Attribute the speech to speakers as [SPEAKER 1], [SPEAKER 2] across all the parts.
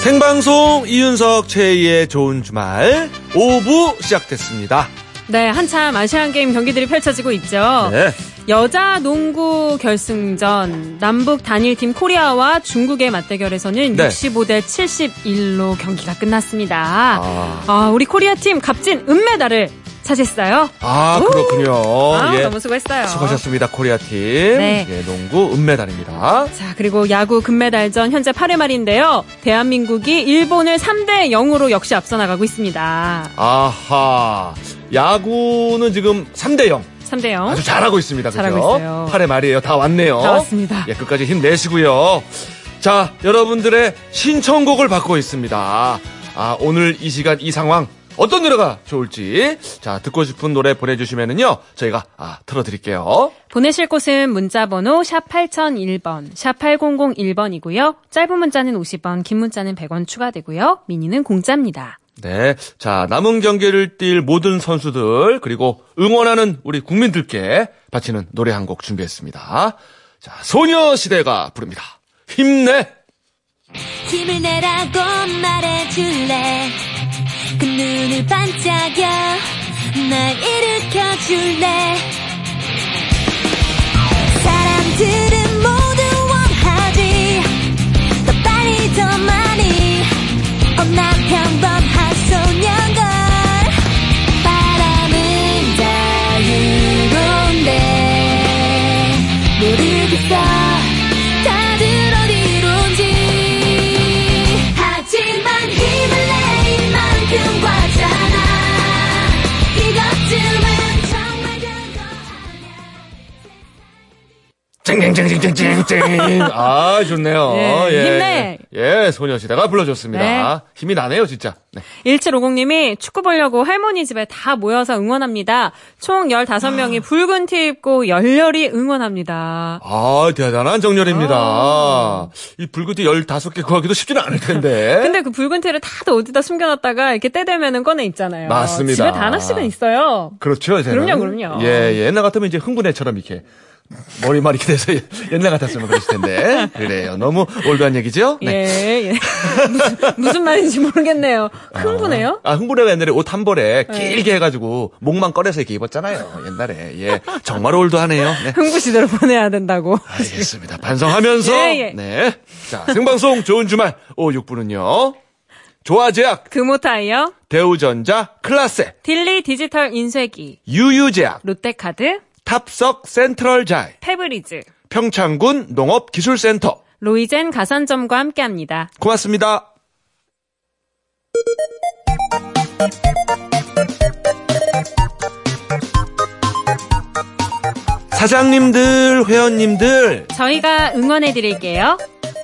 [SPEAKER 1] 생방송 이윤석 최희의 좋은 주말 5부 시작됐습니다.
[SPEAKER 2] 네, 한참 아시안 게임 경기들이 펼쳐지고 있죠.
[SPEAKER 1] 네.
[SPEAKER 2] 여자 농구 결승전 남북 단일팀 코리아와 중국의 맞대결에서는
[SPEAKER 1] 네.
[SPEAKER 2] 65대 71로 경기가 끝났습니다.
[SPEAKER 1] 아.
[SPEAKER 2] 아, 우리 코리아 팀 값진 은메달을 차지했어요.
[SPEAKER 1] 아,
[SPEAKER 2] 오!
[SPEAKER 1] 그렇군요.
[SPEAKER 2] 아,
[SPEAKER 1] 예.
[SPEAKER 2] 너무 수고했어요.
[SPEAKER 1] 수고하셨습니다. 코리아 팀.
[SPEAKER 2] 네.
[SPEAKER 1] 예, 농구 은메달입니다.
[SPEAKER 2] 자, 그리고 야구 금메달전 현재 8회 말인데요. 대한민국이 일본을 3대 0으로 역시 앞서 나가고 있습니다.
[SPEAKER 1] 아하. 야구는 지금 3대 0.
[SPEAKER 2] 3대 0.
[SPEAKER 1] 아주 잘하고 있습니다. 그죠?
[SPEAKER 2] 어? 잘하고 있어요.
[SPEAKER 1] 8회 말이에요. 다 왔네요.
[SPEAKER 2] 다 왔습니다.
[SPEAKER 1] 예, 끝까지 힘내시고요. 자, 여러분들의 신청곡을 받고 있습니다. 아, 오늘 이 시간 이 상황 어떤 노래가 좋을지 자, 듣고 싶은 노래 보내 주시면은요. 저희가 아, 틀어 드릴게요.
[SPEAKER 2] 보내실 곳은 문자번호 샵 8001번, 샵 8001번이고요. 짧은 문자는 50원, 긴 문자는 100원 추가되고요. 미니는 공짜입니다.
[SPEAKER 1] 네. 자, 남은 경기를 뛸 모든 선수들, 그리고 응원하는 우리 국민들께 바치는 노래 한 곡 준비했습니다. 자, 소녀시대가 부릅니다. 힘내!
[SPEAKER 3] 힘을 내라고 말해줄래 그 눈을 반짝여 날 일으켜줄래 사람들은 모두 원하지 더 빨리 더 많이 엄나 평범한 소년걸 바람은 자유로운데 모르겠어 다들 어디론지 하지만 힘을 낼 만큼 과잖아 이것쯤은 정말 별거 아냐
[SPEAKER 1] 찡찡찡찡찡찡. 아, 좋네요.
[SPEAKER 2] 예,
[SPEAKER 1] 예.
[SPEAKER 2] 힘내.
[SPEAKER 1] 예, 소녀시대가 불러줬습니다.
[SPEAKER 2] 네.
[SPEAKER 1] 힘이 나네요, 진짜. 네.
[SPEAKER 2] 1750님이 축구 보려고 할머니 집에 다 모여서 응원합니다. 총 15명이 붉은 티 입고 열렬히 응원합니다.
[SPEAKER 1] 아, 대단한 정렬입니다. 이 붉은 티 15개 구하기도 쉽지는 않을 텐데.
[SPEAKER 2] 근데 그 붉은 티를 다들 어디다 숨겨놨다가 이렇게 때되면은 꺼내 있잖아요.
[SPEAKER 1] 맞습니다.
[SPEAKER 2] 집에 다 하나씩은 있어요.
[SPEAKER 1] 그렇죠, 이제는.
[SPEAKER 2] 그럼요, 그럼요.
[SPEAKER 1] 예, 예, 옛날 같으면 이제 흥분해처럼 이렇게 머리만 이렇게 돼서 옛날 같았으면 그랬을 텐데. 그래요. 너무 올드한 얘기죠? 네.
[SPEAKER 2] 예, 예. 무슨, 무슨 말인지 모르겠네요. 흥분해요?
[SPEAKER 1] 아, 흥분해가 옛날에 옷 한 벌에 길게 해가지고 목만 꺼내서 이렇게 입었잖아요. 옛날에. 예. 정말 올드하네요. 네.
[SPEAKER 2] 흥부 시대로 보내야 된다고.
[SPEAKER 1] 알겠습니다. 반성하면서.
[SPEAKER 2] 예, 예.
[SPEAKER 1] 네. 자, 생방송 좋은 주말 오후 6분은요. 조화제약,
[SPEAKER 2] 금호타이어,
[SPEAKER 1] 대우전자, 클라세,
[SPEAKER 2] 딜리 디지털 인쇄기,
[SPEAKER 1] 유유제약,
[SPEAKER 2] 롯데카드,
[SPEAKER 1] 탑석 센트럴자이,
[SPEAKER 2] 페브리즈,
[SPEAKER 1] 평창군 농업기술센터.
[SPEAKER 2] 로이젠 가산점과 함께합니다.
[SPEAKER 1] 고맙습니다. 사장님들, 회원님들,
[SPEAKER 2] 저희가 응원해드릴게요.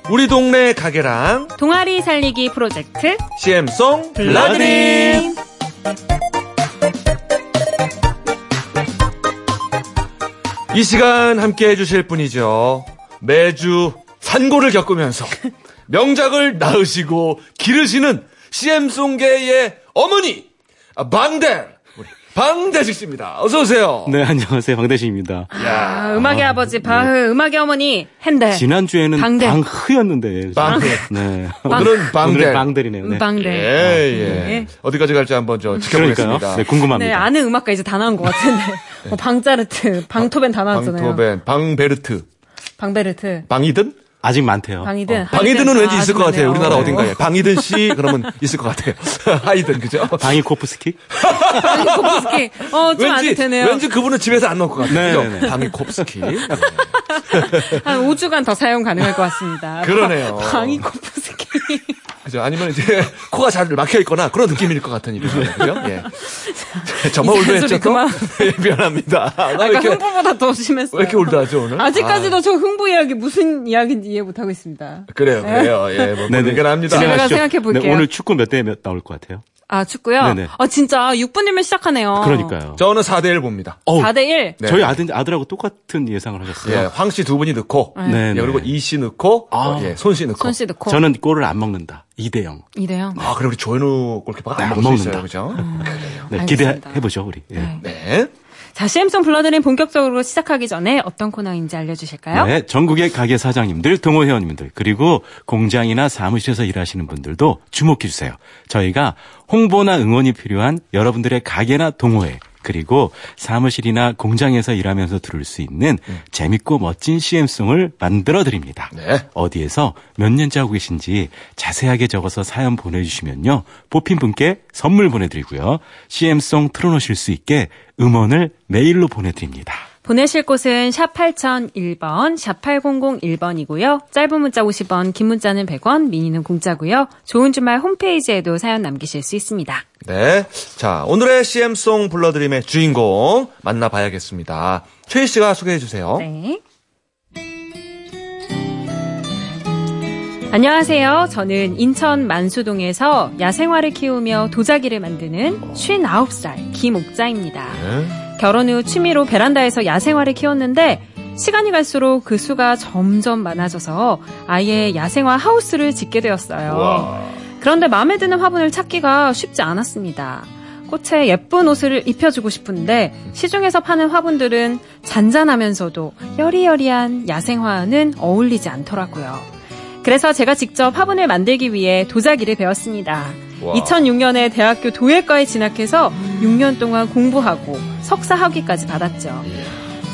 [SPEAKER 1] 우리 동네 가게랑
[SPEAKER 2] 동아리 살리기 프로젝트
[SPEAKER 1] CM송 블라드림!
[SPEAKER 2] 블러드림.
[SPEAKER 1] 이 시간 함께 해주실 분이죠. 매주 산고를 겪으면서 명작을 낳으시고 기르시는 CM송계의 어머니! 아, 방대! 우리 방대식 씨입니다. 어서오세요.
[SPEAKER 4] 네, 안녕하세요. 방대식입니다.
[SPEAKER 2] 아, 음악의 아버지
[SPEAKER 1] 네.
[SPEAKER 2] 바흐, 음악의 어머니 핸델.
[SPEAKER 4] 지난주에는
[SPEAKER 2] 예. 방대.
[SPEAKER 4] 방흐였는데.
[SPEAKER 1] 방대.
[SPEAKER 4] 네.
[SPEAKER 1] 오늘은
[SPEAKER 4] 오늘은
[SPEAKER 1] 방대.
[SPEAKER 4] 방대리네요. 네.
[SPEAKER 2] 음방대.
[SPEAKER 1] 예,
[SPEAKER 2] 네.
[SPEAKER 1] 예.
[SPEAKER 2] 네.
[SPEAKER 1] 어디까지 갈지 한번 저
[SPEAKER 4] 그러니까요.
[SPEAKER 1] 지켜보겠습니다. 네.
[SPEAKER 4] 네, 궁금합니다.
[SPEAKER 2] 아는 음악가 이제 다 나온 것 같은데. 뭐 방자르트, 방토벤 다 나왔잖아요.
[SPEAKER 1] 방토벤, 방베르트,
[SPEAKER 2] 방베르트,
[SPEAKER 1] 방이든?
[SPEAKER 4] 아직 많대요.
[SPEAKER 2] 방이든.
[SPEAKER 1] 어, 방이든은
[SPEAKER 2] 하이든.
[SPEAKER 1] 왠지
[SPEAKER 2] 아,
[SPEAKER 1] 있을 것 같아요.
[SPEAKER 2] 아쉽네요.
[SPEAKER 1] 우리나라 어딘가에. 방이든 씨, 그러면 있을 것 같아요. 하이든, 그죠?
[SPEAKER 4] 방이 코프스키?
[SPEAKER 2] 방이 코프스키. 어, 좀 아직 되네요.
[SPEAKER 1] 왠지 그분은 집에서 안 넣을 것 같아요.
[SPEAKER 4] 네네네.
[SPEAKER 1] 방이 콥스키. 네.
[SPEAKER 2] 한 5주간 더 사용 가능할 것 같습니다.
[SPEAKER 1] 그러네요.
[SPEAKER 2] 방- 방이 코프스키.
[SPEAKER 1] 그죠? 아니면 이제 코가 잘 막혀 있거나 그런 느낌일 것 같으니까.
[SPEAKER 4] 네.
[SPEAKER 1] 그죠? 예. 뭐 저만
[SPEAKER 2] 이제
[SPEAKER 1] 올드했죠?
[SPEAKER 2] 소리
[SPEAKER 1] 또?
[SPEAKER 2] 그만.
[SPEAKER 1] 예, 미안합니다. 아, 왜
[SPEAKER 2] 아까
[SPEAKER 1] 이렇게,
[SPEAKER 2] 흥부보다 더 심했어요.
[SPEAKER 1] 왜 이렇게 올드하죠, 오늘?
[SPEAKER 2] 아직까지도 저 흥부 이야기 무슨 이야기인지 이해 못하고 있습니다.
[SPEAKER 1] 아, 그래요,
[SPEAKER 2] 네.
[SPEAKER 1] 그래요. 예, 뭐,
[SPEAKER 4] 네네.
[SPEAKER 1] 불결합니다.
[SPEAKER 2] 진행하시죠. 제가
[SPEAKER 4] 진행하시죠.
[SPEAKER 2] 생각해 볼게요.
[SPEAKER 4] 네, 오늘 축구 몇 대 몇 나올 것 같아요?
[SPEAKER 2] 아, 축구요?
[SPEAKER 4] 네네.
[SPEAKER 2] 아, 진짜 6분이면 시작하네요.
[SPEAKER 4] 그러니까요.
[SPEAKER 1] 저는 4대1 봅니다.
[SPEAKER 4] 어우,
[SPEAKER 2] 4대1.
[SPEAKER 1] 네.
[SPEAKER 4] 저희 아들, 아들하고 똑같은 예상을
[SPEAKER 1] 예,
[SPEAKER 4] 하셨어요.
[SPEAKER 1] 황 씨 두 분이 넣고,
[SPEAKER 4] 네,
[SPEAKER 1] 예,
[SPEAKER 4] 네.
[SPEAKER 1] 그리고 이 씨 넣고,
[SPEAKER 4] 아.
[SPEAKER 1] 어, 예, 손 씨 넣고.
[SPEAKER 2] 손씨 넣고.
[SPEAKER 4] 저는 골을 안 먹는다. 2대 0.
[SPEAKER 2] 이래요.
[SPEAKER 1] 아, 그리고 우리 조현우 골키퍼가 안
[SPEAKER 4] 네, 안
[SPEAKER 1] 먹을 수 있어요,
[SPEAKER 2] 음.
[SPEAKER 4] 먹는다.
[SPEAKER 1] 그죠?
[SPEAKER 4] 네,
[SPEAKER 2] 알겠습니다.
[SPEAKER 4] 기대해보죠, 우리. 예.
[SPEAKER 1] 네.
[SPEAKER 2] 자, CM송 불러드림 본격적으로 시작하기 전에 어떤 코너인지 알려주실까요?
[SPEAKER 4] 네, 전국의 가게 사장님들, 동호회원님들, 그리고 공장이나 사무실에서 일하시는 분들도 주목해 주세요. 저희가 홍보나 응원이 필요한 여러분들의 가게나 동호회, 그리고 사무실이나 공장에서 일하면서 들을 수 있는 재밌고 멋진 CM송을 만들어 드립니다.
[SPEAKER 1] 네.
[SPEAKER 4] 어디에서 몇 년째 하고 계신지 자세하게 적어서 사연 보내주시면요. 뽑힌 분께 선물 보내드리고요. CM송 틀어놓으실 수 있게 음원을 메일로 보내드립니다.
[SPEAKER 2] 보내실 곳은 샵 8001번, 샵 8001번이고요. 짧은 문자 50원, 긴 문자는 100원, 미니는 공짜고요. 좋은 주말 홈페이지에도 사연 남기실 수 있습니다.
[SPEAKER 1] 네. 자, 오늘의 CM송 불러드림의 주인공 만나봐야겠습니다. 최희 씨가 소개해 주세요.
[SPEAKER 2] 네. 안녕하세요. 저는 인천 만수동에서 야생화를 키우며 도자기를 만드는 59살 김옥자입니다.
[SPEAKER 1] 네.
[SPEAKER 2] 결혼 후 취미로 베란다에서 야생화를 키웠는데 시간이 갈수록 그 수가 점점 많아져서 아예 야생화 하우스를 짓게 되었어요.
[SPEAKER 1] 우와.
[SPEAKER 2] 그런데 마음에 드는 화분을 찾기가 쉽지 않았습니다. 꽃에 예쁜 옷을 입혀주고 싶은데 시중에서 파는 화분들은 잔잔하면서도 여리여리한 야생화와는 어울리지 않더라고요. 그래서 제가 직접 화분을 만들기 위해 도자기를 배웠습니다.
[SPEAKER 1] 와.
[SPEAKER 2] 2006년에 대학교 도예과에 진학해서 6년 동안 공부하고 석사 학위까지 받았죠.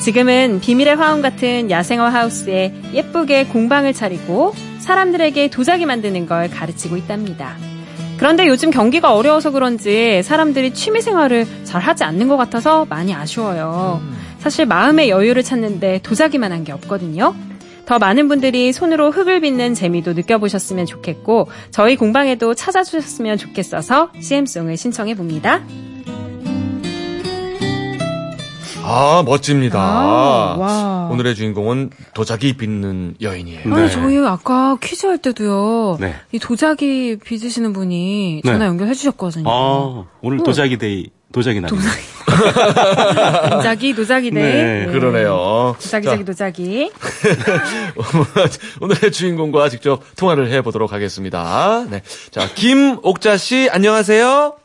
[SPEAKER 2] 지금은 비밀의 화원 같은 야생화 하우스에 예쁘게 공방을 차리고 사람들에게 도자기 만드는 걸 가르치고 있답니다. 그런데 요즘 경기가 어려워서 그런지 사람들이 취미 생활을 잘 하지 않는 것 같아서 많이 아쉬워요. 사실 마음의 여유를 찾는데 도자기만 한 게 없거든요. 더 많은 분들이 손으로 흙을 빚는 재미도 느껴보셨으면 좋겠고 저희 공방에도 찾아주셨으면 좋겠어서 CM송을 신청해 봅니다.
[SPEAKER 1] 아, 멋집니다.
[SPEAKER 2] 아, 와.
[SPEAKER 1] 오늘의 주인공은 도자기 빚는 여인이에요.
[SPEAKER 4] 네.
[SPEAKER 2] 아니 저희 아까 퀴즈 할 때도요.
[SPEAKER 4] 네.
[SPEAKER 2] 이 도자기 빚으시는 분이
[SPEAKER 4] 네.
[SPEAKER 2] 전화 연결해 주셨거든요.
[SPEAKER 4] 아, 오늘
[SPEAKER 2] 어.
[SPEAKER 4] 도자기 데이, 도자기 날. 도자기.
[SPEAKER 2] 도자기 도자기 네.
[SPEAKER 4] 네,
[SPEAKER 2] 네.
[SPEAKER 1] 그러네요.
[SPEAKER 2] 도자기
[SPEAKER 1] 자,
[SPEAKER 2] 자기 도자기.
[SPEAKER 1] 오늘의 주인공과 직접 통화를 해보도록 하겠습니다. 네. 자, 김옥자 씨, 안녕하세요.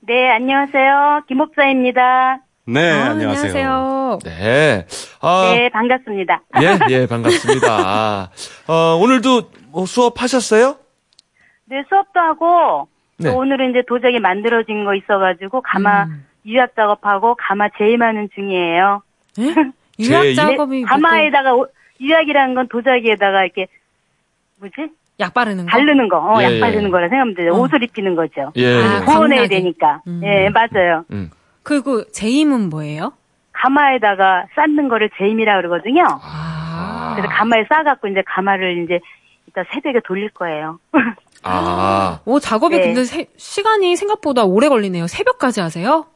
[SPEAKER 5] 네, 안녕하세요. 김옥사입니다.
[SPEAKER 4] 네,
[SPEAKER 2] 아,
[SPEAKER 4] 안녕하세요.
[SPEAKER 1] 네. 아,
[SPEAKER 5] 네, 반갑습니다.
[SPEAKER 1] 예, 예, 반갑습니다. 어, 오늘도 뭐 수업하셨어요?
[SPEAKER 5] 네, 수업도 하고,
[SPEAKER 1] 네.
[SPEAKER 5] 또 오늘은 이제 도자기 만들어진 거 있어가지고, 가마 유약 작업하고, 가마 제임하는 중이에요.
[SPEAKER 2] 예?
[SPEAKER 1] 제
[SPEAKER 2] 유학
[SPEAKER 1] 이-
[SPEAKER 5] 네,
[SPEAKER 2] 작업이 뭐
[SPEAKER 5] 가마에다가, 오- 유약이라는 건 도자기에다가 이렇게, 뭐지?
[SPEAKER 2] 약 바르는 거.
[SPEAKER 5] 바르는 거, 어,
[SPEAKER 1] 예, 예.
[SPEAKER 5] 약 바르는 거라 생각하면 돼요.
[SPEAKER 2] 어.
[SPEAKER 5] 옷을 입히는 거죠.
[SPEAKER 1] 예. 예.
[SPEAKER 2] 아,
[SPEAKER 5] 구워내야
[SPEAKER 2] 감나게.
[SPEAKER 5] 되니까.
[SPEAKER 2] 음.
[SPEAKER 5] 예, 맞아요.
[SPEAKER 1] 음.
[SPEAKER 2] 그리고 제임은 뭐예요?
[SPEAKER 5] 가마에다가 쌓는 거를 제임이라 그러거든요.
[SPEAKER 2] 아.
[SPEAKER 5] 그래서 가마에 싸갖고, 이제 가마를 이제, 이따 새벽에 돌릴 거예요.
[SPEAKER 1] 아.
[SPEAKER 2] 오 작업이
[SPEAKER 5] 네.
[SPEAKER 2] 근데 세- 시간이 생각보다 오래 걸리네요. 새벽까지 하세요?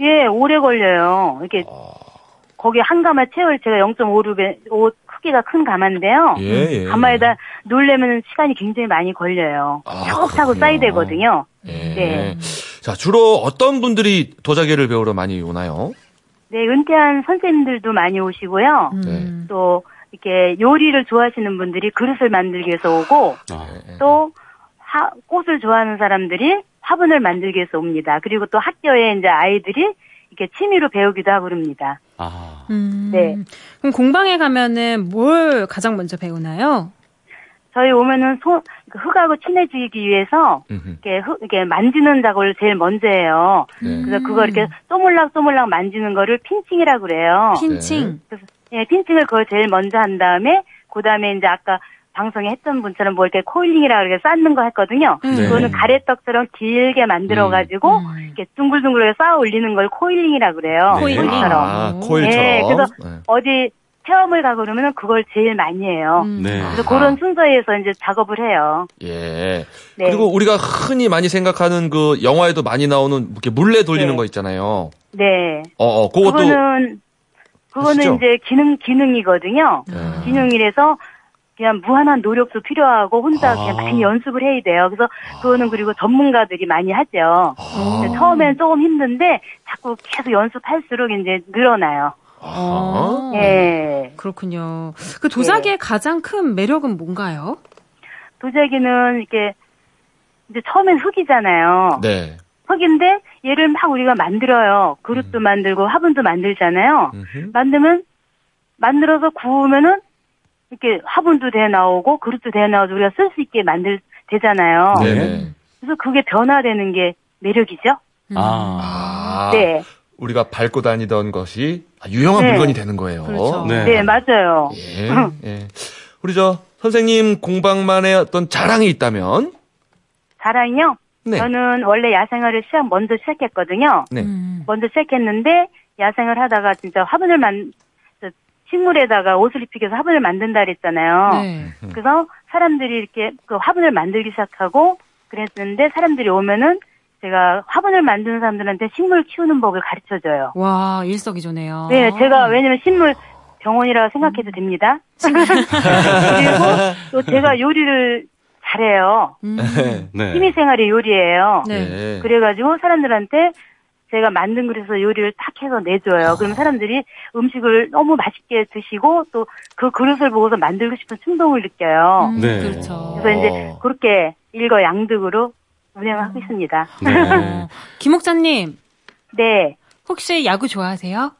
[SPEAKER 5] 예, 오래 걸려요. 이렇게
[SPEAKER 1] 아.
[SPEAKER 5] 거기 한 가마 채울 제가 0.5배 오 크기가 큰 가마인데요. 음,
[SPEAKER 1] 예, 예.
[SPEAKER 5] 가마에다 놀려면 시간이 굉장히 많이 걸려요.
[SPEAKER 1] 아, 그렇군요.
[SPEAKER 5] 차곡차곡 쌓이 되거든요.
[SPEAKER 1] 예.
[SPEAKER 5] 네.
[SPEAKER 1] 자, 주로 어떤 분들이 도자기를 배우러 많이 오나요?
[SPEAKER 5] 네, 은퇴한 선생님들도 많이 오시고요.
[SPEAKER 2] 음.
[SPEAKER 5] 또 이렇게 요리를 좋아하시는 분들이 그릇을 만들기 위해서 오고
[SPEAKER 4] 아,
[SPEAKER 1] 네.
[SPEAKER 5] 또 화- 꽃을 좋아하는 사람들이 화분을 만들기 위해서 옵니다. 그리고 또 학교에 이제 아이들이 이렇게 취미로 배우기도 하고 그럽니다.
[SPEAKER 4] 아.
[SPEAKER 2] 음.
[SPEAKER 5] 네.
[SPEAKER 2] 그럼 공방에 가면은 뭘 가장 먼저 배우나요?
[SPEAKER 5] 저희 오면은 소, 그 흙하고 친해지기 위해서
[SPEAKER 1] 네. 음흠.
[SPEAKER 5] 이렇게 흙, 이렇게 만지는 작업을 제일 먼저 해요.
[SPEAKER 1] 네.
[SPEAKER 5] 그래서 그거 이렇게 쪼물락쪼물락 만지는 거를 핀칭이라고 그래요.
[SPEAKER 2] 음. 핀칭.
[SPEAKER 5] 예, 핀칭을 그걸 제일 먼저 한 다음에, 그 다음에 이제 아까 방송에 했던 분처럼 뭐 이렇게 코일링이라고 이렇게 쌓는 거 했거든요.
[SPEAKER 2] 네.
[SPEAKER 5] 그거는 가래떡처럼 길게 만들어가지고,
[SPEAKER 2] 음.
[SPEAKER 5] 이렇게 둥글둥글 쌓아 올리는 걸 코일링이라고 그래요.
[SPEAKER 1] 네.
[SPEAKER 2] 코일링.
[SPEAKER 5] 코일링처럼.
[SPEAKER 1] 아,
[SPEAKER 2] 오.
[SPEAKER 1] 코일처럼.
[SPEAKER 5] 예, 그래서-
[SPEAKER 1] 네.
[SPEAKER 5] 어디 체험을 가고 그러면은 그걸 제일 많이 해요.
[SPEAKER 2] 음.
[SPEAKER 4] 네.
[SPEAKER 5] 그래서 그런 순서에서 이제 작업을 해요.
[SPEAKER 1] 아, 예.
[SPEAKER 5] 네.
[SPEAKER 1] 그리고 우리가 흔히 많이 생각하는 그 영화에도 많이 나오는 이렇게 물레 돌리는
[SPEAKER 5] 네.
[SPEAKER 1] 거 있잖아요.
[SPEAKER 5] 네.
[SPEAKER 1] 어, 어, 그것도
[SPEAKER 5] 그거는 그거는
[SPEAKER 1] 아시죠?
[SPEAKER 5] 이제 기능 기능이거든요.
[SPEAKER 1] 예.
[SPEAKER 5] 기능이라서 그냥 무한한 노력도 필요하고 혼자
[SPEAKER 4] 아.
[SPEAKER 5] 그냥 많이 연습을 해야 돼요. 그래서 그거는 그리고 전문가들이 많이 하죠.
[SPEAKER 1] 아.
[SPEAKER 5] 근데 처음엔 네. 조금 힘든데 자꾸 계속 연습할수록 이제 늘어나요.
[SPEAKER 1] 아하.
[SPEAKER 2] 어.
[SPEAKER 5] 예.
[SPEAKER 2] 그렇군요. 그 도자기의 가장 큰 매력은 뭔가요?
[SPEAKER 5] 도자기는 이렇게 이제 처음엔 흙이잖아요.
[SPEAKER 1] 네.
[SPEAKER 5] 흙인데 얘를 막 우리가 만들어요. 그릇도
[SPEAKER 1] 음.
[SPEAKER 5] 만들고 화분도 만들잖아요.
[SPEAKER 1] 음흠.
[SPEAKER 5] 만들면 만들어서 구우면은 이렇게 화분도 돼 나오고 그릇도 돼 나오고 우리가 쓸 수 있게 만들 되잖아요.
[SPEAKER 4] 네.
[SPEAKER 1] 네네.
[SPEAKER 5] 그래서 그게 변화되는 게 매력이죠.
[SPEAKER 1] 아,
[SPEAKER 4] 아,
[SPEAKER 5] 네,
[SPEAKER 1] 우리가 밟고 다니던 것이 아, 유용한
[SPEAKER 5] 네.
[SPEAKER 1] 물건이 되는 거예요.
[SPEAKER 6] 그렇죠.
[SPEAKER 4] 네.
[SPEAKER 5] 네 맞아요.
[SPEAKER 1] 예, 예. 우리 저 선생님 공방만의 어떤 자랑이 있다면?
[SPEAKER 5] 자랑이요.
[SPEAKER 1] 네.
[SPEAKER 5] 저는 원래 야생화를 시작 먼저 시작했거든요.
[SPEAKER 1] 네.
[SPEAKER 5] 먼저 시작했는데 야생을 하다가 진짜 화분을 만 저 식물에다가 옷을 입히기 위해서 화분을 만든다 그랬잖아요.
[SPEAKER 2] 네.
[SPEAKER 5] 그래서 사람들이 이렇게 그 화분을 만들기 시작하고 그랬는데 사람들이 오면은 제가 화분을 만드는 사람들한테 식물 키우는 법을 가르쳐줘요.
[SPEAKER 2] 와, 일석이조네요.
[SPEAKER 5] 네, 제가 왜냐면 식물 병원이라고 생각해도 됩니다. 그리고 또 제가 요리를 잘해요.
[SPEAKER 2] 음.
[SPEAKER 4] 네.
[SPEAKER 5] 취미 생활이 요리예요.
[SPEAKER 2] 네.
[SPEAKER 1] 네.
[SPEAKER 5] 그래가지고 사람들한테 제가 만든 그릇에서 요리를 딱 해서 내줘요. 그럼 사람들이 음식을 너무 맛있게 드시고 또 그 그릇을 보고서 만들고 싶은 충동을 느껴요.
[SPEAKER 2] 음,
[SPEAKER 4] 네.
[SPEAKER 2] 그렇죠.
[SPEAKER 5] 그래서 이제
[SPEAKER 1] 어.
[SPEAKER 5] 그렇게 일거양득으로 운영하고
[SPEAKER 2] 음.
[SPEAKER 5] 있습니다.
[SPEAKER 4] 네.
[SPEAKER 2] 어, 김 목사님,
[SPEAKER 5] 네.
[SPEAKER 2] 혹시 야구 좋아하세요?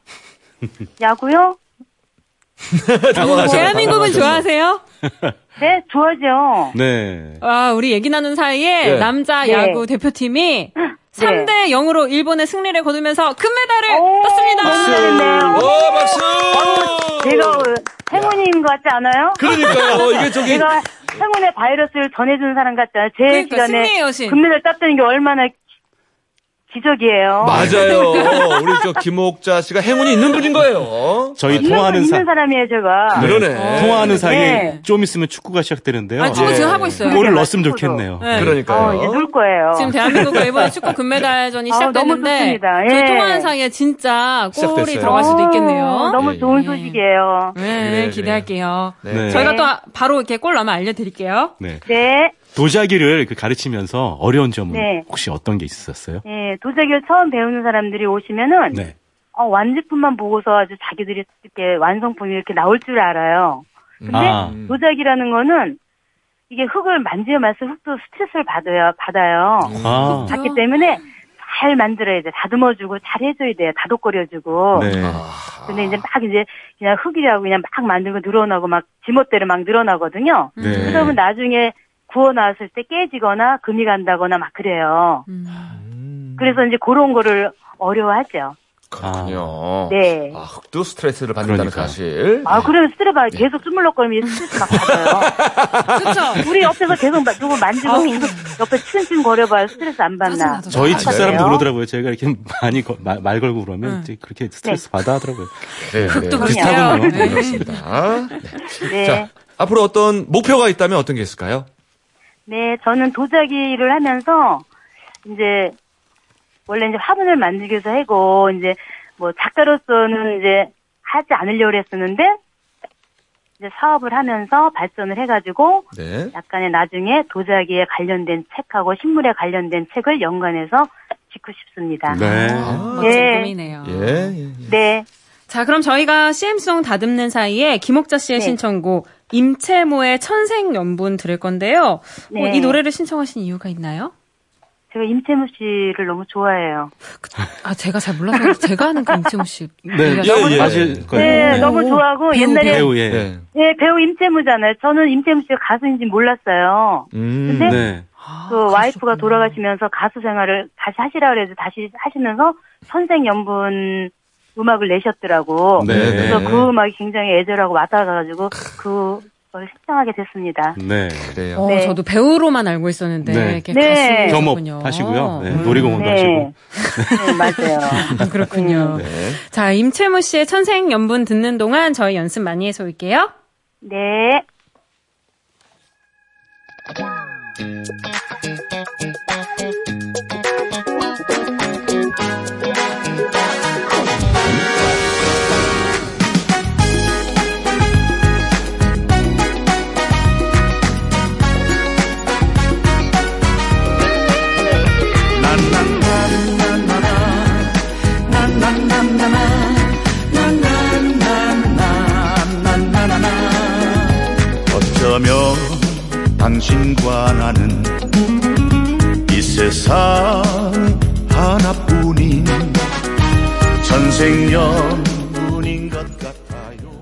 [SPEAKER 5] 야구요?
[SPEAKER 1] 아,
[SPEAKER 2] 대한민국은 좋아하세요?
[SPEAKER 5] 네, 좋아죠.
[SPEAKER 4] 네.
[SPEAKER 2] 와, 우리 얘기 나눈 사이에
[SPEAKER 1] 네.
[SPEAKER 2] 남자
[SPEAKER 5] 네.
[SPEAKER 2] 야구 대표팀이 3대 0으로 일본의 승리를 거두면서 금메달을
[SPEAKER 5] 오,
[SPEAKER 2] 땄습니다.
[SPEAKER 5] 박수.
[SPEAKER 1] 오, 박수!
[SPEAKER 5] 제가 어, 행운인 것 같지 않아요?
[SPEAKER 1] 그러니까요. 어, 이게 저기
[SPEAKER 5] 제가 행운의 바이러스를 전해준 사람 같잖아요. 제
[SPEAKER 2] 그러니까 승리의
[SPEAKER 5] 시간에
[SPEAKER 2] 여신.
[SPEAKER 5] 금메달 땄다는 게 얼마나 기- 기적이에요.
[SPEAKER 1] 맞아요. 우리 저 김옥자 씨가 행운이 있는 분인 거예요.
[SPEAKER 4] 저희
[SPEAKER 5] 있는,
[SPEAKER 4] 통화하는 사,
[SPEAKER 5] 어, 있는 사람이에요, 제가.
[SPEAKER 1] 네. 그러네.
[SPEAKER 4] 통화하는 사이에
[SPEAKER 5] 네.
[SPEAKER 4] 좀 있으면 축구가 시작되는데요.
[SPEAKER 2] 아, 축구
[SPEAKER 1] 예.
[SPEAKER 2] 지금 하고 있어요.
[SPEAKER 4] 골을
[SPEAKER 5] 네,
[SPEAKER 4] 넣었으면
[SPEAKER 5] 축구도.
[SPEAKER 4] 좋겠네요.
[SPEAKER 2] 네.
[SPEAKER 5] 어, 이제
[SPEAKER 1] 그러니까요.
[SPEAKER 5] 놀 거예요.
[SPEAKER 2] 지금 대한민국과 일본의 축구 금메달전이
[SPEAKER 5] 아, 너무
[SPEAKER 2] 시작됐는데
[SPEAKER 5] 좋습니다. 예.
[SPEAKER 2] 저희 통화한 사이에 진짜 골이
[SPEAKER 1] 시작됐어요.
[SPEAKER 2] 들어갈 수도 있겠네요.
[SPEAKER 5] 어, 너무
[SPEAKER 1] 예,
[SPEAKER 5] 좋은
[SPEAKER 2] 예.
[SPEAKER 5] 소식이에요.
[SPEAKER 2] 네,
[SPEAKER 1] 그래요,
[SPEAKER 2] 기대할게요.
[SPEAKER 1] 네.
[SPEAKER 4] 네.
[SPEAKER 2] 저희가 또 아- 바로 이렇게 골 넣으면 알려드릴게요.
[SPEAKER 4] 네.
[SPEAKER 5] 네.
[SPEAKER 4] 도자기를 그 가르치면서 어려운 점은
[SPEAKER 5] 네.
[SPEAKER 4] 혹시 어떤 게 있었어요?
[SPEAKER 5] 예, 도자기를 처음 배우는 사람들이 오시면은
[SPEAKER 4] 네.
[SPEAKER 5] 어, 완제품만 보고서 아주 자기들이 이렇게 완성품이 이렇게 나올 줄 알아요. 근데
[SPEAKER 4] 아.
[SPEAKER 1] 음.
[SPEAKER 5] 도자기라는 거는 이게 흙을 만지면 서 흙도 스트레스를 받아요. 받아요.
[SPEAKER 4] 아.
[SPEAKER 5] 받기 때문에 잘 만들어야 돼. 다듬어주고 잘 해줘야 돼. 다독거려주고.
[SPEAKER 4] 네.
[SPEAKER 5] 근데 이제 막 이제 그냥 흙이라고 그냥 막 만들고 늘어나고 막 지멋대로 막 늘어나거든요.
[SPEAKER 4] 네.
[SPEAKER 5] 그러면 나중에 구워 나왔을 때 깨지거나 금이 간다거나 막 그래요.
[SPEAKER 2] 음.
[SPEAKER 5] 그래서 이제 그런 거를 어려워하죠.
[SPEAKER 1] 그렇군요.
[SPEAKER 5] 네.
[SPEAKER 1] 아, 흙도 스트레스를 받는다는
[SPEAKER 4] 그러니까요.
[SPEAKER 1] 사실.
[SPEAKER 5] 아, 그러면 스트레스
[SPEAKER 4] 네.
[SPEAKER 5] 받 계속 주물럭거리면 스트레스 막 받아요.
[SPEAKER 2] 그렇죠.
[SPEAKER 5] 우리 옆에서 계속 막 누구 만지고 계속 옆에 치근치근 거려봐요. 스트레스 안 받나.
[SPEAKER 2] 아. 짜증나죠.
[SPEAKER 4] 저희
[SPEAKER 2] 아,
[SPEAKER 4] 집 사람도
[SPEAKER 5] 그래요?
[SPEAKER 4] 그러더라고요. 제가 이렇게 많이 거- 마- 말 걸고 그러면
[SPEAKER 2] 응.
[SPEAKER 4] 이제 그렇게 스트레스 받아 하더라고요.
[SPEAKER 1] 네,
[SPEAKER 2] 흙도
[SPEAKER 1] 네.
[SPEAKER 2] 그렇네요.
[SPEAKER 4] 비슷하군요.
[SPEAKER 2] 네.
[SPEAKER 1] 그렇습니다.
[SPEAKER 5] 네.
[SPEAKER 1] 자, 앞으로 어떤 목표가 있다면 어떤 게 있을까요?
[SPEAKER 5] 네, 저는 도자기를 하면서 이제 원래 이제 화분을 만들기 위해서 하고 이제 뭐 작가로서는 이제 하지 않으려고 했었는데 이제 사업을 하면서 발전을 해가지고
[SPEAKER 1] 네.
[SPEAKER 5] 약간의 나중에 도자기에 관련된 책하고 식물에 관련된 책을 연관해서 짓고 싶습니다.
[SPEAKER 4] 네.
[SPEAKER 2] 아,
[SPEAKER 5] 예.
[SPEAKER 2] 멋진 꿈이네요.
[SPEAKER 1] 예, 예.
[SPEAKER 5] 네,
[SPEAKER 2] 자, 그럼 저희가 CM송 다듬는 사이에 김옥자 씨의
[SPEAKER 5] 네.
[SPEAKER 2] 신청곡 임채모의 천생연분 들을 건데요.
[SPEAKER 5] 네.
[SPEAKER 2] 어, 이 노래를 신청하신 이유가 있나요?
[SPEAKER 5] 제가 임채무 씨를 너무 좋아해요.
[SPEAKER 2] 아, 제가 잘 몰라서 제가 아는 그 임채모 씨.
[SPEAKER 4] 네.
[SPEAKER 1] 예, 예.
[SPEAKER 4] 맞을 거예요.
[SPEAKER 5] 네,
[SPEAKER 4] 네.
[SPEAKER 5] 너무 좋아하고
[SPEAKER 2] 배우,
[SPEAKER 5] 옛날에
[SPEAKER 4] 배우,
[SPEAKER 1] 예.
[SPEAKER 4] 예.
[SPEAKER 5] 예, 배우 임채무잖아요. 저는 임채무 씨가 가수인지 몰랐어요.
[SPEAKER 1] 음.
[SPEAKER 5] 근데
[SPEAKER 4] 네.
[SPEAKER 2] 아,
[SPEAKER 5] 그
[SPEAKER 2] 그러셨구나.
[SPEAKER 5] 와이프가 돌아가시면서 가수 생활을 다시 하시라 그래서 다시 하시면서 선생 연분 음악을 내셨더라고.
[SPEAKER 4] 네.
[SPEAKER 5] 그래서
[SPEAKER 1] 네.
[SPEAKER 5] 그 음악이 굉장히 애절하고 와닿아가지고 그걸 신청하게 됐습니다.
[SPEAKER 4] 네.
[SPEAKER 1] 그래요.
[SPEAKER 2] 어,
[SPEAKER 5] 네.
[SPEAKER 2] 저도 배우로만 알고 있었는데
[SPEAKER 4] 네.
[SPEAKER 2] 이렇게
[SPEAKER 5] 네.
[SPEAKER 2] 가수군요. 음,
[SPEAKER 4] 겸업하시고요. 네, 놀이공원도
[SPEAKER 5] 네.
[SPEAKER 4] 하시고.
[SPEAKER 5] 네, 맞아요.
[SPEAKER 2] 그렇군요.
[SPEAKER 1] 네.
[SPEAKER 2] 자, 임채모 씨의 천생연분 듣는 동안 저희 연습 많이 해서 올게요.
[SPEAKER 5] 네.
[SPEAKER 7] 어쩌면 당신과 나는 이 세상 하나뿐 생년분인 것 같아요.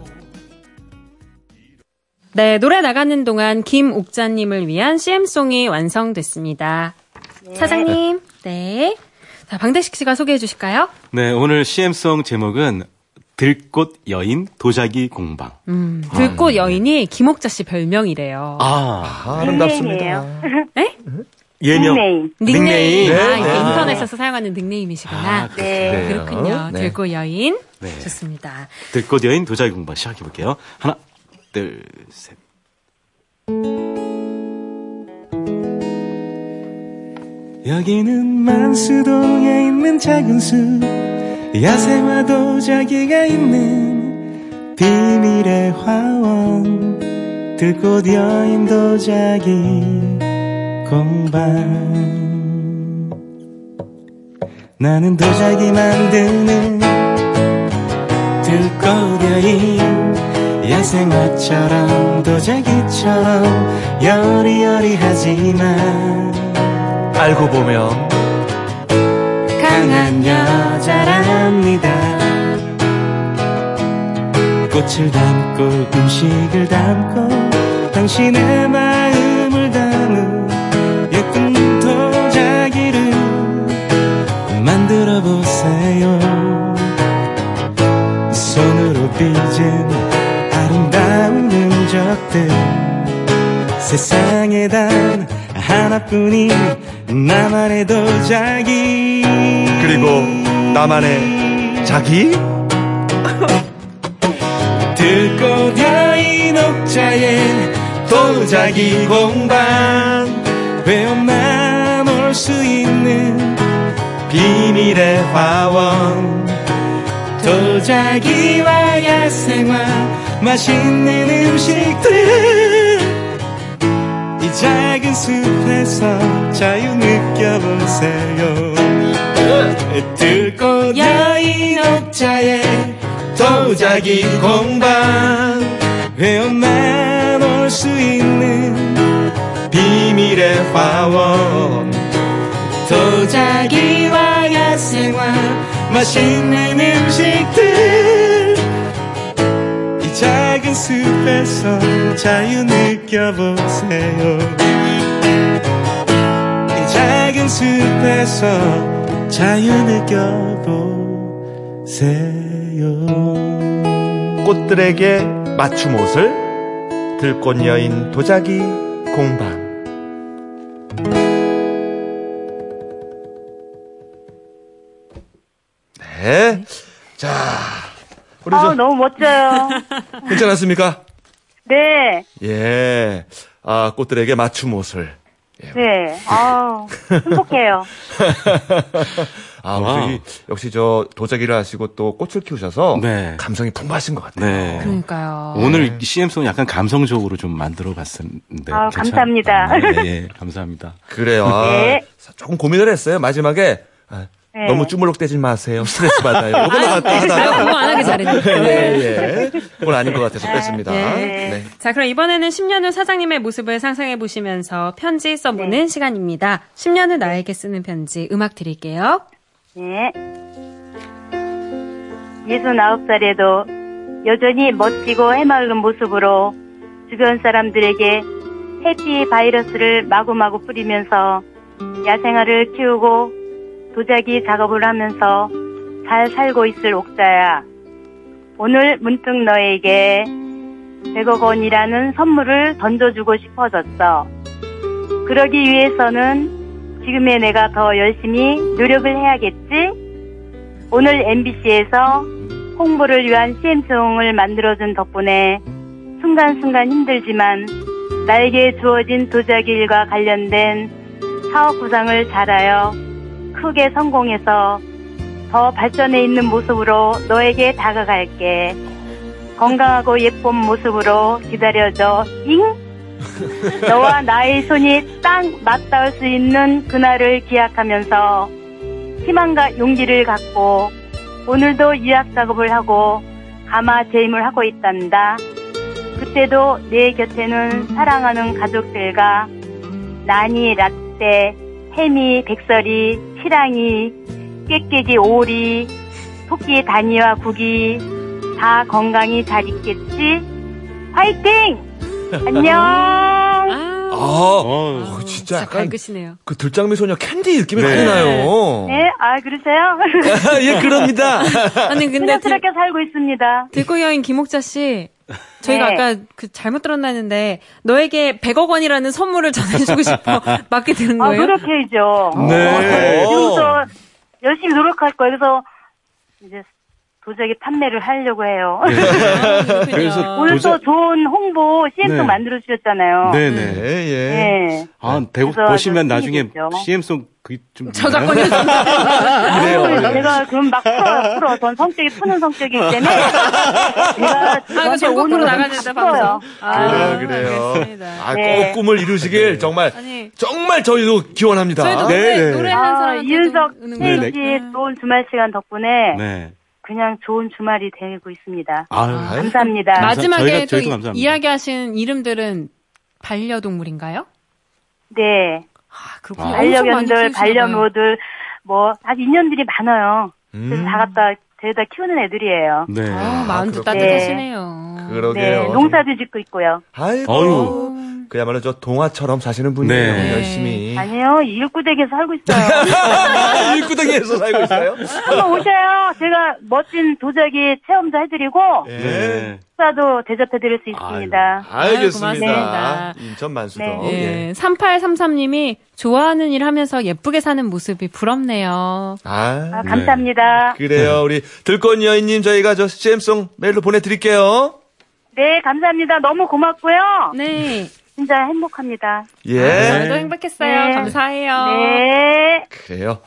[SPEAKER 2] 네, 노래 나가는 동안 김옥자님을 위한 CM송이 완성됐습니다. 사장님, 네. 자, 방대식 씨가 소개해 주실까요?
[SPEAKER 4] 네, 오늘 CM송 제목은 들꽃 여인 도자기 공방.
[SPEAKER 2] 음, 들꽃 여인이 김옥자 씨 별명이래요.
[SPEAKER 4] 네. 아,
[SPEAKER 1] 아, 아름답습니다.
[SPEAKER 4] 예명.
[SPEAKER 5] 닉네임.
[SPEAKER 4] 닉네임.
[SPEAKER 2] 아, 이게
[SPEAKER 1] 네.
[SPEAKER 2] 인터넷에서 사용하는 닉네임이시구나.
[SPEAKER 4] 아,
[SPEAKER 5] 네.
[SPEAKER 1] 그래요.
[SPEAKER 2] 그렇군요.
[SPEAKER 1] 네.
[SPEAKER 2] 들꽃 여인.
[SPEAKER 4] 네.
[SPEAKER 2] 좋습니다.
[SPEAKER 4] 들꽃 여인 도자기 공방 시작해 볼게요. 하나, 둘, 셋. 여기는 만수동에 있는 작은 숲 야생화 도자기가 있는 비밀의 화원 들꽃 여인 도자기 공방 나는 도자기 만드는 들꽃여인 야생화처럼 도자기처럼 여리여리하지만
[SPEAKER 1] 알고 보면
[SPEAKER 4] 강한 여자랍니다 꽃을 담고 음식을 담고 당신의 마음을 담은 예쁜 도자기를 만들어 보세요 손으로 빚은 아름다운 흔적들 세상에 단 하나뿐인 나만의 도자기
[SPEAKER 1] 그리고 나만의 자기
[SPEAKER 4] 들꽃 여인 옥자의 도자기 공방 외엄만 올 수 있는 비밀의 화원 도자기와 야생화 맛있는 음식들 이 작은 숲에서 자유 느껴보세요 들꽃 여인 옥자의 도자기 공방 회원만 올 수 있는 비밀의 화원 도자기와 야생화 맛있는 음식들 이 작은 숲에서 자유 느껴보세요 이 작은 숲에서 자유 느껴보세요
[SPEAKER 1] 꽃들에게 맞춤 옷을 들꽃 여인 도자기 공방. 네. 자, 우리
[SPEAKER 5] 아,
[SPEAKER 1] 저
[SPEAKER 5] 너무 멋져요.
[SPEAKER 1] 괜찮았습니까?
[SPEAKER 5] 네.
[SPEAKER 1] 예. 아, 꽃들에게 맞춤 옷을.
[SPEAKER 5] 네. 아, 행복해요.
[SPEAKER 1] 아,
[SPEAKER 4] 와우.
[SPEAKER 1] 역시, 역시 저 도자기를 하시고 또 꽃을 키우셔서
[SPEAKER 4] 네.
[SPEAKER 1] 감성이 풍부하신 것 같아요.
[SPEAKER 4] 네.
[SPEAKER 2] 그러니까요.
[SPEAKER 4] 오늘 CM송 약간 감성적으로 좀 만들어 봤었는데.
[SPEAKER 5] 아, 감사합니다.
[SPEAKER 4] 네, 예, 감사합니다.
[SPEAKER 1] 그래요. 아,
[SPEAKER 5] 네.
[SPEAKER 1] 조금 고민을 했어요. 마지막에 아,
[SPEAKER 5] 네.
[SPEAKER 1] 너무 쭈물럭대지 마세요. 스트레스 받아요. 요거 나갔다
[SPEAKER 2] 제가
[SPEAKER 1] 하다가
[SPEAKER 2] 그거 안 하게 잘했네.
[SPEAKER 1] 예, 예. 그건 아닌 것 같아서 뺐습니다. 네.
[SPEAKER 2] 자, 그럼 이번에는 10년 후 사장님의 모습을 상상해 보시면서 편지 써보는 시간입니다. 10년 후 나에게 쓰는 편지 음악 드릴게요.
[SPEAKER 5] 네. 69살에도 여전히 멋지고 해맑은 모습으로 주변 사람들에게 해피 바이러스를 마구마구 뿌리면서 야생화를 키우고 도자기 작업을 하면서 잘 살고 있을 옥자야. 오늘 문득 너에게 100억 원이라는 선물을 던져주고 싶어졌어. 그러기 위해서는 지금의 내가 더 열심히 노력을 해야겠지? 오늘 MBC에서 홍보를 위한 CM송을 만들어준 덕분에 순간순간 힘들지만 나에게 주어진 도자기 일과 관련된 사업 구상을 잘하여 크게 성공해서 더 발전해 있는 모습으로 너에게 다가갈게. 건강하고 예쁜 모습으로 기다려줘. 잉? 너와 나의 손이 딱 맞닿을 수 있는 그날을 기약하면서 희망과 용기를 갖고 오늘도 유학 작업을 하고 가마 재임을 하고 있단다. 그때도 내 곁에는 사랑하는 가족들과 나니 라떼, 해미, 백설이, 치랑이, 깨깨기 오리, 토끼 단위와 구기 다 건강히 잘 있겠지. 화이팅! 안녕!
[SPEAKER 1] 아,
[SPEAKER 2] 아,
[SPEAKER 4] 어,
[SPEAKER 1] 어, 진짜 약간
[SPEAKER 2] 밝으시네요.
[SPEAKER 1] 그 들장미 소녀 캔디 느낌이
[SPEAKER 4] 네.
[SPEAKER 1] 많이 나요.
[SPEAKER 5] 네, 아 그러세요?
[SPEAKER 1] 예, 그럽니다.
[SPEAKER 2] 아니 근데 들,
[SPEAKER 4] 그
[SPEAKER 5] 스럽게 살고 있습니다.
[SPEAKER 2] 들고 여인 김옥자 씨 저희가
[SPEAKER 5] 네.
[SPEAKER 2] 아까 그 잘못 들었나는데 너에게 100억 원이라는 선물을 전해주고 싶어 맞게 되는
[SPEAKER 5] 아
[SPEAKER 2] 거예요?
[SPEAKER 5] 노력해야죠. 어.
[SPEAKER 4] 네.
[SPEAKER 5] 지금부터 열심히 노력할 거예요. 그래서 이제 도자기 판매를 하려고 해요.
[SPEAKER 2] 아, 그렇군요.
[SPEAKER 4] 그래서
[SPEAKER 5] 오늘
[SPEAKER 4] 네. 도자-
[SPEAKER 5] 또 좋은 홍보 CM송
[SPEAKER 4] 네.
[SPEAKER 5] 만들어 주셨잖아요.
[SPEAKER 1] 예,
[SPEAKER 4] 네네.
[SPEAKER 1] 예.
[SPEAKER 5] 네.
[SPEAKER 4] 아, 대국
[SPEAKER 5] 그래서
[SPEAKER 4] 보시면
[SPEAKER 5] 아주
[SPEAKER 4] 나중에
[SPEAKER 5] 힘들죠.
[SPEAKER 4] CM송 그좀
[SPEAKER 2] 저작권이 아,
[SPEAKER 5] 아유, 제가 그럼 막 풀어요, 풀어. 전 성격이 푸는 성격이기 때문에.
[SPEAKER 2] 아,
[SPEAKER 5] 제가
[SPEAKER 2] 이거 전국으로 나가는데 방송.
[SPEAKER 1] 아,
[SPEAKER 2] 아,
[SPEAKER 1] 그래요, 그래요.
[SPEAKER 2] 알겠습니다.
[SPEAKER 1] 아,
[SPEAKER 5] 네.
[SPEAKER 1] 꼭 꿈을 이루시길 정말
[SPEAKER 2] 아니
[SPEAKER 1] 정말 저희도 기원합니다.
[SPEAKER 2] 저희도
[SPEAKER 4] 네,
[SPEAKER 2] 노래
[SPEAKER 4] 네.
[SPEAKER 2] 노래 한
[SPEAKER 5] 아,
[SPEAKER 2] 사람
[SPEAKER 5] 이윤석
[SPEAKER 2] 음.
[SPEAKER 4] 네, 네.
[SPEAKER 5] 세인 씨의 좋은 주말 시간 덕분에
[SPEAKER 4] 네.
[SPEAKER 5] 그냥 좋은 주말이 되고 있습니다.
[SPEAKER 4] 아,
[SPEAKER 5] 감사합니다.
[SPEAKER 4] 맞-
[SPEAKER 2] 마지막에
[SPEAKER 4] 저희가-
[SPEAKER 2] 또
[SPEAKER 4] 저희도 감사합니다.
[SPEAKER 2] 이야기하신 이름들은 반려동물인가요?
[SPEAKER 5] 네.
[SPEAKER 2] 아, 그렇군요.
[SPEAKER 5] 반려견들, 반려묘들, 뭐, 아주 인연들이 많아요. 그래서
[SPEAKER 1] 음,
[SPEAKER 5] 다 갖다, 데려다 키우는 애들이에요.
[SPEAKER 4] 네.
[SPEAKER 2] 아, 마음도
[SPEAKER 1] 그렇군요.
[SPEAKER 2] 따뜻하시네요.
[SPEAKER 1] 그러게요.
[SPEAKER 5] 네, 농사도 짓고 있고요.
[SPEAKER 1] 아이고.
[SPEAKER 4] 어휴.
[SPEAKER 1] 그야말로 저 동화처럼 사시는 분이에요.
[SPEAKER 4] 네.
[SPEAKER 1] 열심히.
[SPEAKER 5] 아니요, 일구댁에서 살고 있어요.
[SPEAKER 1] 일구덩이에서 살고 있어요?
[SPEAKER 5] 한번 오셔요. 제가 멋진 도자기 체험도 해드리고,
[SPEAKER 1] 예. 아,
[SPEAKER 4] 네.
[SPEAKER 5] 식사도 대접해드릴 수 있습니다.
[SPEAKER 1] 알겠습니다.
[SPEAKER 2] 고맙습니다.
[SPEAKER 1] 인천 만수동.
[SPEAKER 5] 네.
[SPEAKER 1] 예.
[SPEAKER 2] 예, 3833님이 좋아하는 일 하면서 예쁘게 사는 모습이 부럽네요.
[SPEAKER 5] 아,
[SPEAKER 1] 아,
[SPEAKER 5] 감사합니다.
[SPEAKER 1] 그래요. 우리 들꽃 여인님 저희가 저 CM송 메일로 보내드릴게요.
[SPEAKER 5] 네, 감사합니다. 너무 고맙고요.
[SPEAKER 2] 네.
[SPEAKER 5] 진짜 행복합니다.
[SPEAKER 1] 예.
[SPEAKER 4] 네.
[SPEAKER 2] 저희도 행복했어요.
[SPEAKER 5] 네.
[SPEAKER 2] 감사해요.
[SPEAKER 5] 네.
[SPEAKER 1] 그래요.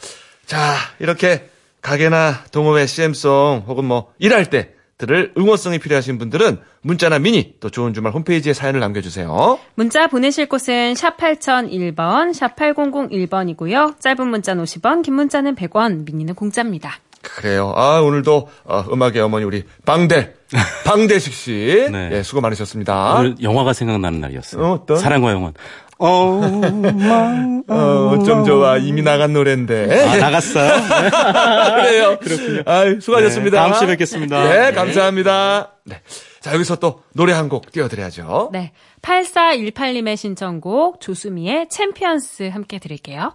[SPEAKER 1] 자, 이렇게 가게나 동호회 CM송 혹은 뭐 일할 때 들을 응원성이 필요하신 분들은 문자나 미니 또 좋은 주말 홈페이지에 사연을 남겨주세요.
[SPEAKER 2] 문자 보내실 곳은 샵 8001번, 샵 8001번이고요. 짧은 문자는 50원, 긴 문자는 100원, 미니는 공짜입니다.
[SPEAKER 1] 그래요. 아, 오늘도 어, 음악의 어머니 우리 방대, 방대식 씨.
[SPEAKER 4] 네.
[SPEAKER 1] 예, 수고 많으셨습니다.
[SPEAKER 4] 오늘 영화가 생각나는 날이었어요.
[SPEAKER 1] 어, 어떤?
[SPEAKER 4] 사랑과 영혼.
[SPEAKER 1] 어, 좀 좋아. 이미 나간 노래인데.
[SPEAKER 4] 아, 나갔어요. 네.
[SPEAKER 1] 그래요. 아유, 수고하셨습니다.
[SPEAKER 4] 네, 다음 주에 뵙겠습니다.
[SPEAKER 1] 네,
[SPEAKER 4] 네.
[SPEAKER 1] 감사합니다. 네. 자, 여기서 또 노래 한 곡 띄워드려야죠.
[SPEAKER 2] 네. 8418님의 신청곡 조수미의 챔피언스 함께 드릴게요.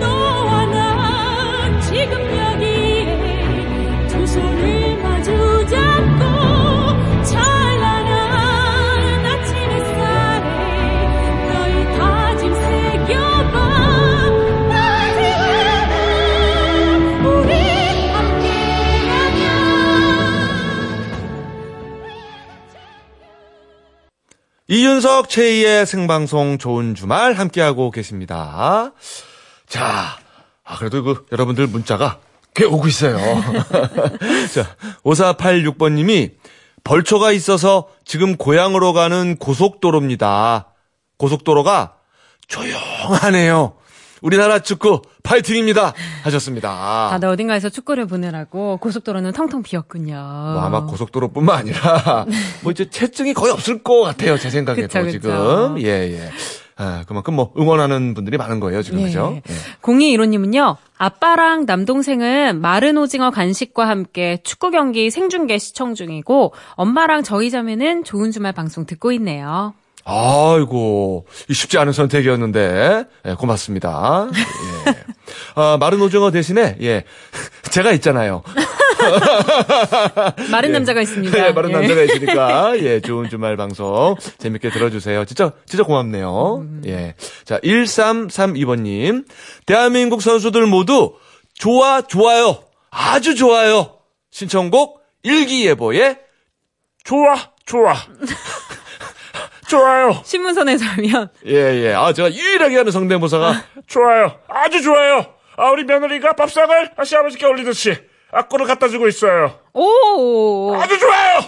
[SPEAKER 3] 너와 나 지금 여기에 두 손을 마주 잡고 찬란한 아침 햇살에 너의 다짐 새겨봐 마지막은 우리 함께라면
[SPEAKER 1] 이윤석 최희의 생방송 좋은 주말 함께하고 계십니다. 자, 아, 그래도 그 여러분들 문자가 꽤 오고 있어요. 자, 5486번님이 벌초가 있어서 지금 고향으로 가는 고속도로입니다. 고속도로가 조용하네요. 우리나라 축구 파이팅입니다. 하셨습니다.
[SPEAKER 2] 다들 어딘가에서 축구를 보느라고 고속도로는 텅텅 비었군요.
[SPEAKER 1] 뭐
[SPEAKER 2] 어.
[SPEAKER 1] 아마 고속도로뿐만 아니라 뭐 이제 채증이 거의 없을 것 같아요 제 생각에도
[SPEAKER 2] 그쵸, 그쵸.
[SPEAKER 1] 지금 예예 아, 그만큼 뭐 응원하는 분들이 많은 거예요 지금 그죠 예.
[SPEAKER 2] 0215님은요, 네. 아빠랑 남동생은 마른 오징어 간식과 함께 축구 경기 생중계 시청 중이고, 엄마랑 저희 자매는 좋은 주말 방송 듣고 있네요.
[SPEAKER 1] 아이고 이 쉽지 않은 선택이었는데 예, 고맙습니다 예. 아, 마른 오징어 대신에 예 제가 있잖아요
[SPEAKER 2] 마른 남자가 있습니다.
[SPEAKER 1] 예, 마른
[SPEAKER 2] 예.
[SPEAKER 1] 남자가 있으니까 예 좋은 주말 방송 재밌게 들어주세요 진짜 진짜 고맙네요
[SPEAKER 2] 음.
[SPEAKER 1] 예자 1332번님 대한민국 선수들 모두 좋아 좋아요 아주 좋아요 신청곡 일기예보의 좋아 좋아 좋아요
[SPEAKER 2] 신문선에서 하면,
[SPEAKER 1] 예예 아 제가 유일하게 하는 성대모사가 좋아요 아주 좋아요 아 우리 며느리가 밥상을 시아버지께 올리듯이 앞으로 갖다 주고 있어요
[SPEAKER 2] 오!
[SPEAKER 1] 아주 좋아요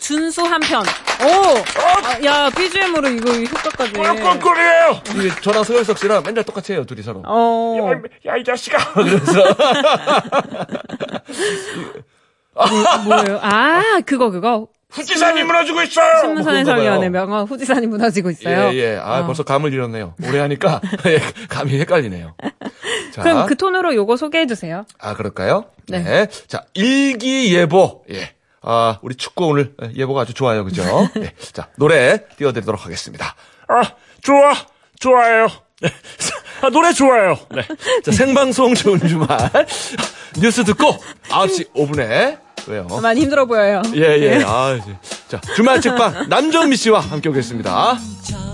[SPEAKER 2] 준수 한 편.
[SPEAKER 1] 어?
[SPEAKER 2] 오! 아, 야, BGM으로 이거 효과까지.
[SPEAKER 1] 꿀꿀꿀이에요! 이게 저랑 서영석 씨랑 맨날 똑같이 해요, 둘이 서로.
[SPEAKER 2] 어.
[SPEAKER 1] 야, 이 자식아! 그래서.
[SPEAKER 2] 뭐예요? 아, 그거, 그거.
[SPEAKER 1] 후지산이 무너지고 있어요! 뭐
[SPEAKER 2] 신문선
[SPEAKER 1] 그런가 봐요.
[SPEAKER 2] 해설위원의 명언, 후지산이 무너지고 있어요.
[SPEAKER 1] 예, 예. 아,
[SPEAKER 2] 어.
[SPEAKER 1] 벌써 감을 잃었네요. 오래 하니까 예, 감이 헷갈리네요. 자,
[SPEAKER 2] 그럼 그 톤으로 요거 소개해주세요.
[SPEAKER 1] 아, 그럴까요?
[SPEAKER 2] 네.
[SPEAKER 1] 자, 일기예보. 예. 아, 우리 축구 오늘 예보가 아주 좋아요. 그죠?
[SPEAKER 2] 네.
[SPEAKER 1] 예. 자, 노래 띄워드리도록 하겠습니다.
[SPEAKER 8] 아, 좋아, 좋아요.
[SPEAKER 1] 네.
[SPEAKER 8] 아, 노래 좋아요. 네.
[SPEAKER 1] 자, 생방송 좋은 주말. 뉴스 듣고 9시 5분에. 왜요?
[SPEAKER 2] 많이 힘들어 보여요.
[SPEAKER 1] 예, 예. 아, 이제. 자, 주말 책방 남정미 씨와 함께 오겠습니다.
[SPEAKER 9] 전